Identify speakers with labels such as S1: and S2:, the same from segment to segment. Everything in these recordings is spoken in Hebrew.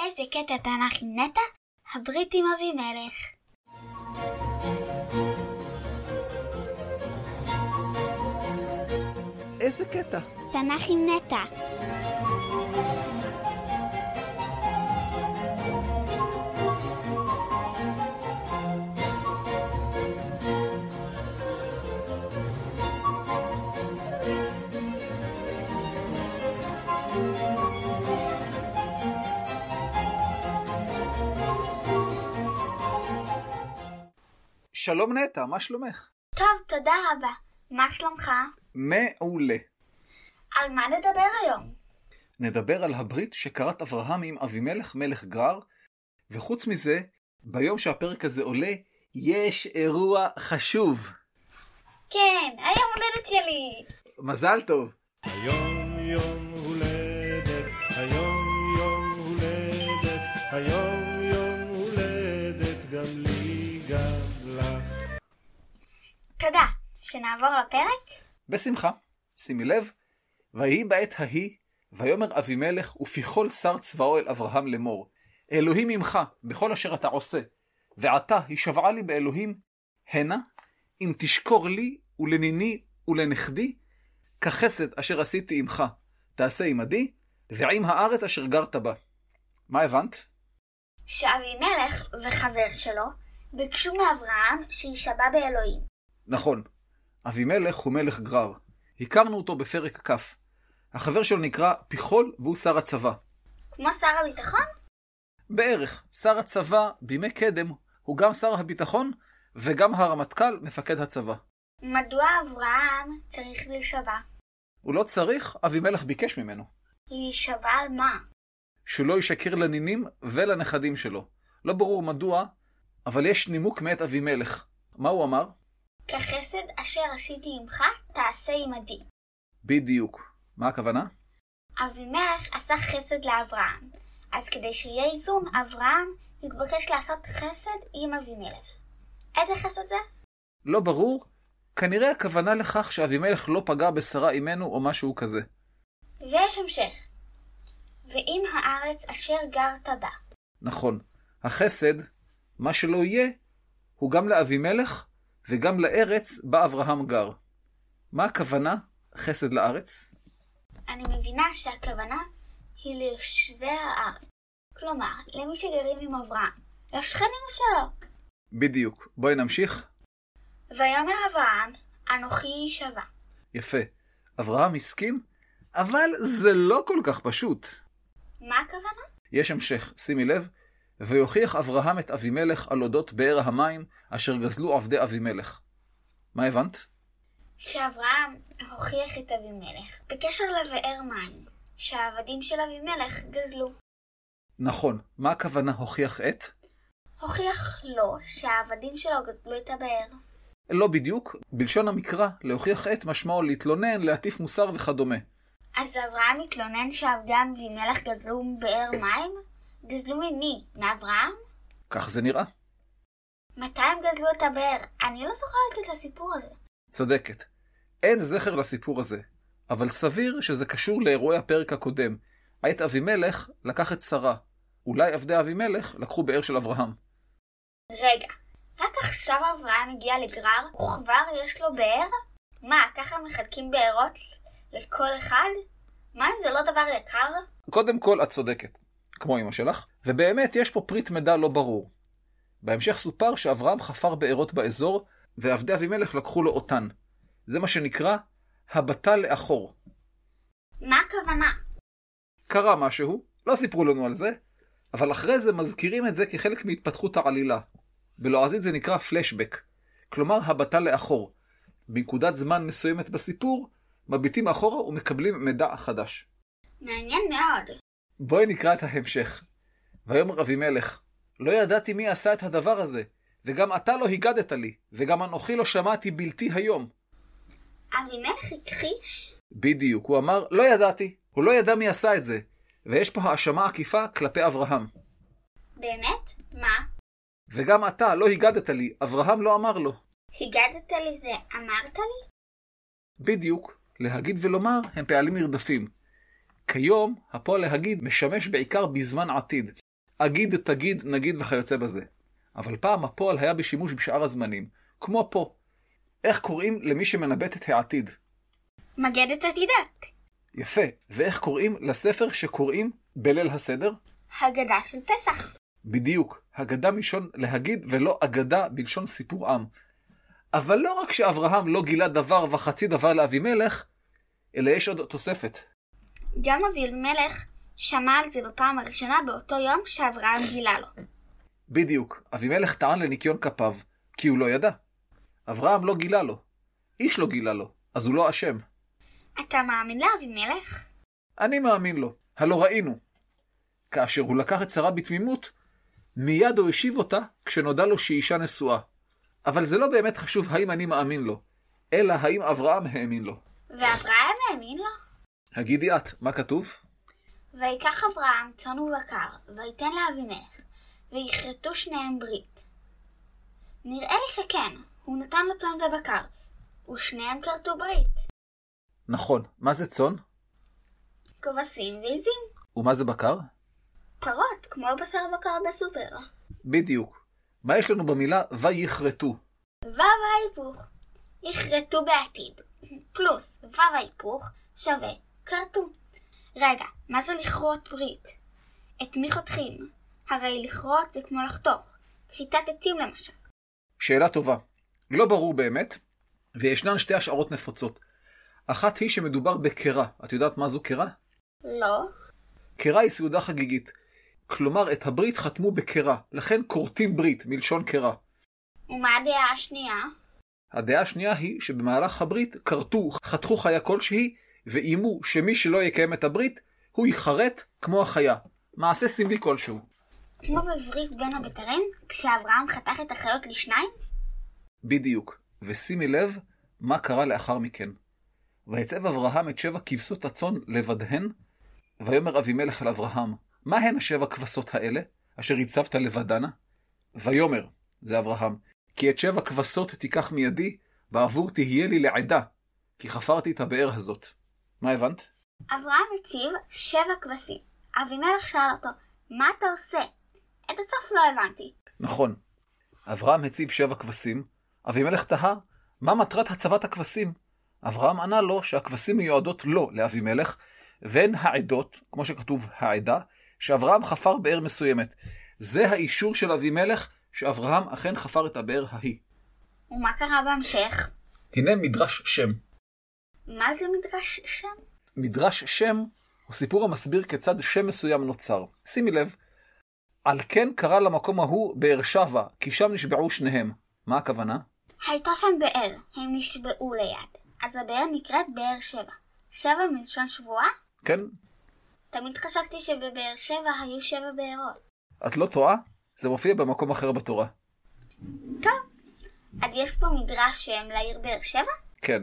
S1: איזה קטע תנ"ך עם נטע? הברית עם אבימלך.
S2: איזה קטע?
S1: תנ"ך עם נטע.
S2: שלום נטע, מה שלומך?
S1: טוב, תודה רבה. מה שלומך?
S2: מעולה.
S1: על מה נדבר היום?
S2: נדבר על הברית שכרת אברהם עם אבימלך מלך גרר, וחוץ מזה, ביום שהפרק הזה עולה, יש אירוע חשוב.
S1: כן, היום הולדת שלי!
S2: מזל טוב.
S3: היום יום הולדת, היום יום הולדת, היום יום הולדת, גם לי גם לך.
S1: תודה. שנעבור לפרק?
S2: בשמחה. שימי לב, ויהי בעת ההיא, ויאמר אבימלך ופיכול שר צבאו אל אברהם לאמור, אלוהים עמך בכל אשר אתה עושה, ועתה הישבעה לי באלוהים, הנה, אם תשקור לי ולניני ולנכדי, כחסד אשר עשיתי עמך, תעשה עמדי, ועם הארץ אשר גרת בה. מה הבנת?
S1: שאבימלך וחבר שלו ביקשו מאברהם שיישבע באלוהים.
S2: נכון, אבימלך הוא מלך גרר. הכרנו אותו בפרק כ'. החבר שלו נקרא פיחול והוא שר הצבא.
S1: כמו שר הביטחון?
S2: בערך, שר הצבא בימי קדם הוא גם שר הביטחון וגם הרמטכ"ל, מפקד הצבא.
S1: מדוע אברהם צריך להישבע?
S2: הוא לא צריך, אבימלך ביקש ממנו.
S1: להישבע על מה?
S2: שלא ישקר לנינים ולנכדים שלו. לא ברור מדוע, אבל יש נימוק מאת אבימלך. מה הוא אמר?
S1: כחסד אשר עשיתי עמך, תעשה עמדי.
S2: בדיוק. מה הכוונה?
S1: אבימלך עשה חסד לאברהם, אז כדי שיהיה איזון, אברהם התבקש לעשות חסד עם אבימלך. איזה חסד זה?
S2: לא ברור, כנראה הכוונה לכך שאבימלך לא פגע בשרה אימנו או משהו כזה.
S1: ויש המשך. ועם הארץ אשר גרת בה.
S2: נכון, החסד, מה שלא יהיה, הוא גם לאבימלך וגם לארץ בה אברהם גר. מה הכוונה חסד לארץ?
S1: אני מבינה שהכוונה היא ליושבי הארץ. כלומר, למי שגרים עם אברהם, לשכנים שלו.
S2: בדיוק. בואי נמשיך.
S1: ויאמר אברהם, אנוכי שווה.
S2: יפה. אברהם הסכים, אבל זה לא כל כך פשוט.
S1: מה הכוונה?
S2: יש המשך, שימי לב. ויוכיח אברהם את אבימלך על אודות באר המים אשר גזלו עבדי אבימלך. מה הבנת?
S1: שאברהם הוכיח את אבימלך בקשר לבאר מים, שהעבדים של אבימלך גזלו.
S2: נכון. מה הכוונה הוכיח את?
S1: הוכיח לו שהעבדים שלו גזלו את הבאר.
S2: לא בדיוק. בלשון המקרא, להוכיח את משמעו להתלונן, להטיף מוסר וכדומה.
S1: אז אברהם התלונן שעבדי אבימלך גזלו באר מים? גזלו ממי? מאברהם?
S2: כך זה נראה.
S1: מתי הם גזלו את הבאר? אני לא זוכרת את הסיפור הזה.
S2: צודקת. אין זכר לסיפור הזה, אבל סביר שזה קשור לאירועי הפרק הקודם. עת אבימלך לקח את שרה. אולי עבדי אבימלך לקחו באר של אברהם.
S1: רגע, רק עכשיו אברהם הגיע לגרר, וכבר יש לו באר? מה, ככה מחלקים בארות לכל אחד? מה אם זה לא דבר יקר?
S2: קודם כל, את צודקת, כמו אמא שלך, ובאמת יש פה פריט מידע לא ברור. בהמשך סופר שאברהם חפר בארות באזור, ועבדי אבימלך לקחו לו אותן. זה מה שנקרא הבטה לאחור.
S1: מה הכוונה?
S2: קרה משהו, לא סיפרו לנו על זה, אבל אחרי זה מזכירים את זה כחלק מהתפתחות העלילה. בלועזית זה נקרא פלשבק, כלומר הבטה לאחור. בנקודת זמן מסוימת בסיפור, מביטים אחורה ומקבלים מידע חדש.
S1: מעניין מאוד.
S2: בואי נקרא את ההמשך. ויאמר אבימלך, לא ידעתי מי עשה את הדבר הזה, וגם אתה לא הגדת לי, וגם אנוכי לא שמעתי בלתי היום.
S1: אבימלך הכחיש?
S2: בדיוק, הוא אמר, לא ידעתי, הוא לא ידע מי עשה את זה, ויש פה האשמה עקיפה כלפי אברהם.
S1: באמת? מה?
S2: וגם אתה לא הגדת לי, אברהם לא אמר לו.
S1: הגדת לי זה אמרת לי?
S2: בדיוק, להגיד ולומר הם פעלים נרדפים. כיום, הפועל להגיד משמש בעיקר בזמן עתיד, אגיד, תגיד, נגיד וכיוצא בזה. אבל פעם הפועל היה בשימוש בשאר הזמנים, כמו פה. איך קוראים למי שמנבט את העתיד?
S1: מגדת עתידת.
S2: יפה. ואיך קוראים לספר שקוראים בליל הסדר?
S1: הגדה של פסח.
S2: בדיוק, הגדה מלשון להגיד ולא אגדה בלשון סיפור עם. אבל לא רק שאברהם לא גילה דבר וחצי דבר לאבימלך, אלא יש עוד תוספת.
S1: גם אבימלך שמע על זה בפעם הראשונה באותו יום שאברהם גילה לו.
S2: בדיוק, אבימלך טען לניקיון כפיו, כי הוא לא ידע. אברהם לא גילה לו. איש לא גילה לו, אז הוא לא אשם.
S1: אתה מאמין לאבימלך?
S2: אני מאמין לו, הלא ראינו. כאשר הוא לקח את שרה בתמימות, מיד הוא השיב אותה כשנודע לו שהיא אישה נשואה. אבל זה לא באמת חשוב האם אני מאמין לו, אלא האם אברהם האמין לו.
S1: ואברהם האמין לו.
S2: הגידי את, מה כתוב?
S1: ויקח אברהם צאן ובקר, ויתן לאבימלך, ויכרתו שניהם ברית. נראה לי שכן, הוא נתן לו צאן ובקר, ושניהם כרתו ברית,
S2: נכון, מה זה צאן?
S1: כבשים ועזים,
S2: ומה זה בקר?
S1: פרות, כמו בשר בקר בסופר.
S2: בדיוק. מה יש לנו במילה ויכרתו?
S1: וו ההיפוך, יכרתו בעתיד, פלוס וו ההיפוך שווה כרתו. רגע, מה זה לכרות ברית? את מי חותכים? הרי לכרות זה כמו לחתוך, כריתת עצים למשל.
S2: שאלה טובה. לא ברור באמת, וישנן שתי השערות נפוצות. אחת היא שמדובר בקרה. את יודעת מה זו קרה?
S1: לא,
S2: קרה היא סעודה חגיגית. כלומר, את הברית חתמו בקרה, לכן כורתים ברית, מלשון קרה.
S1: ומה הדעה השנייה?
S2: הדעה השנייה היא שבמהלך הברית כרתו, חתכו חיה כלשהי, ואיימו שמי שלא יקיים את הברית, הוא ייחרט כמו החיה. מעשה סמלי כלשהו.
S1: כמו בברית בין הבתרים, כשאברהם חתך את החיות לשניים?
S2: בדיוק. ושימי לב מה קרה לאחר מכן. ויצב אברהם את שבע כבשות הצאן לבדהן, ויאמר אבימלך אל אברהם, מה הן השבע כבשות האלה, אשר הצבת לבדנה? ויאמר, זה אברהם, כי את שבע כבשות תיקח מידי, בעבור תהיה לי לעדה, כי חפרתי את הבאר הזאת. מה הבנת?
S1: אברהם הציב שבע כבשים. אבימלך שאל אותו, מה אתה עושה? את הסוף לא הבנתי.
S2: נכון. אברהם הציב שבע כבשים, אבימלך תהה, מה מטרת הצבת הכבשים? אברהם ענה לו שהכבשים מיועדות לו, לאבימלך, והן העדות, כמו שכתוב העדה, שאברהם חפר באר מסוימת. זה האישור של אבימלך שאברהם אכן חפר את הבאר ההיא.
S1: ומה קרה בהמשך?
S2: הנה מדרש שם.
S1: מה זה מדרש שם?
S2: מדרש שם הוא סיפור המסביר כיצד שם מסוים נוצר. שימי לב, על כן קרא למקום ההוא באר שבע, כי שם נשבעו שניהם. מה הכוונה?
S1: הייתה שם באר, הם נשבעו ליד. אז הבאר נקראת באר שבע. שבע מלשון שבועה?
S2: כן?
S1: תמיד חשבתי שבבאר שבע היו שבע בארות.
S2: את לא טועה? זה מופיע במקום אחר בתורה.
S1: אז יש פה מדרש שם לעיר באר שבע?
S2: כן.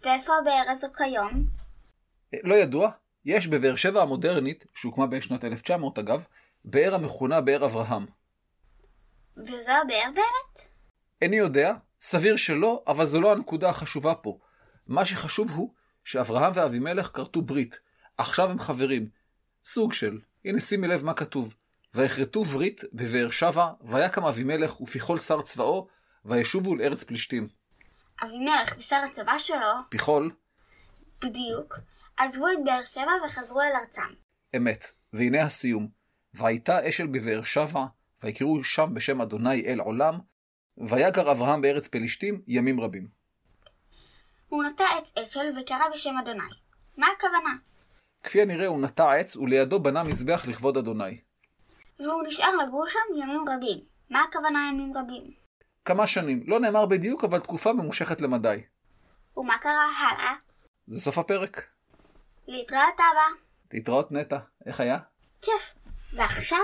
S1: ואיפה הבאר הזו כיום?
S2: אה, לא ידוע, יש בבאר שבע המודרנית, שהוקמה בשנת 1900 אגב, באר המכונה באר אברהם.
S1: וזו הבאר באמת?
S2: איני יודע, סביר שלא, אבל זו לא הנקודה החשובה פה. מה שחשוב הוא שאברהם ואבימלך כרתו ברית. עכשיו הם חברים. סוג של. הנה שימי לב מה כתוב. ויכרתו ברית בבאר שבע, ויקם אבימלך ופיכול שר צבאו, וישובו לארץ פלישתים.
S1: אבימלך ושר הצבא שלו,
S2: פיכול,
S1: בדיוק, עזבו את באר שבע וחזרו אל ארצם.
S2: אמת. והנה הסיום. והייתה אשל בבאר שבע, ויקראו שם בשם אדוני אל עולם, ויגר אברהם בארץ פלישתים ימים רבים.
S1: הוא נטע עץ אשל וקרא בשם אדוני. מה הכוונה?
S2: כפי הנראה הוא נטע עץ, ולידו בנה מזבח לכבוד אדוני.
S1: והוא נשאר לגור שם ימים רבים. מה הכוונה ימים רבים?
S2: כמה שנים, לא נאמר בדיוק, אבל תקופה ממושכת למדי.
S1: ומה קרה הלאה?
S2: זה סוף הפרק.
S1: להתראות אבא.
S2: להתראות נטע, איך היה?
S1: כיף. ועכשיו,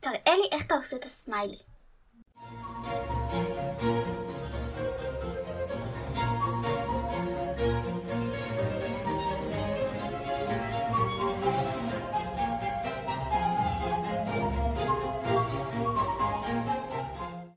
S1: תראה לי איך אתה עושה את הסמיילי.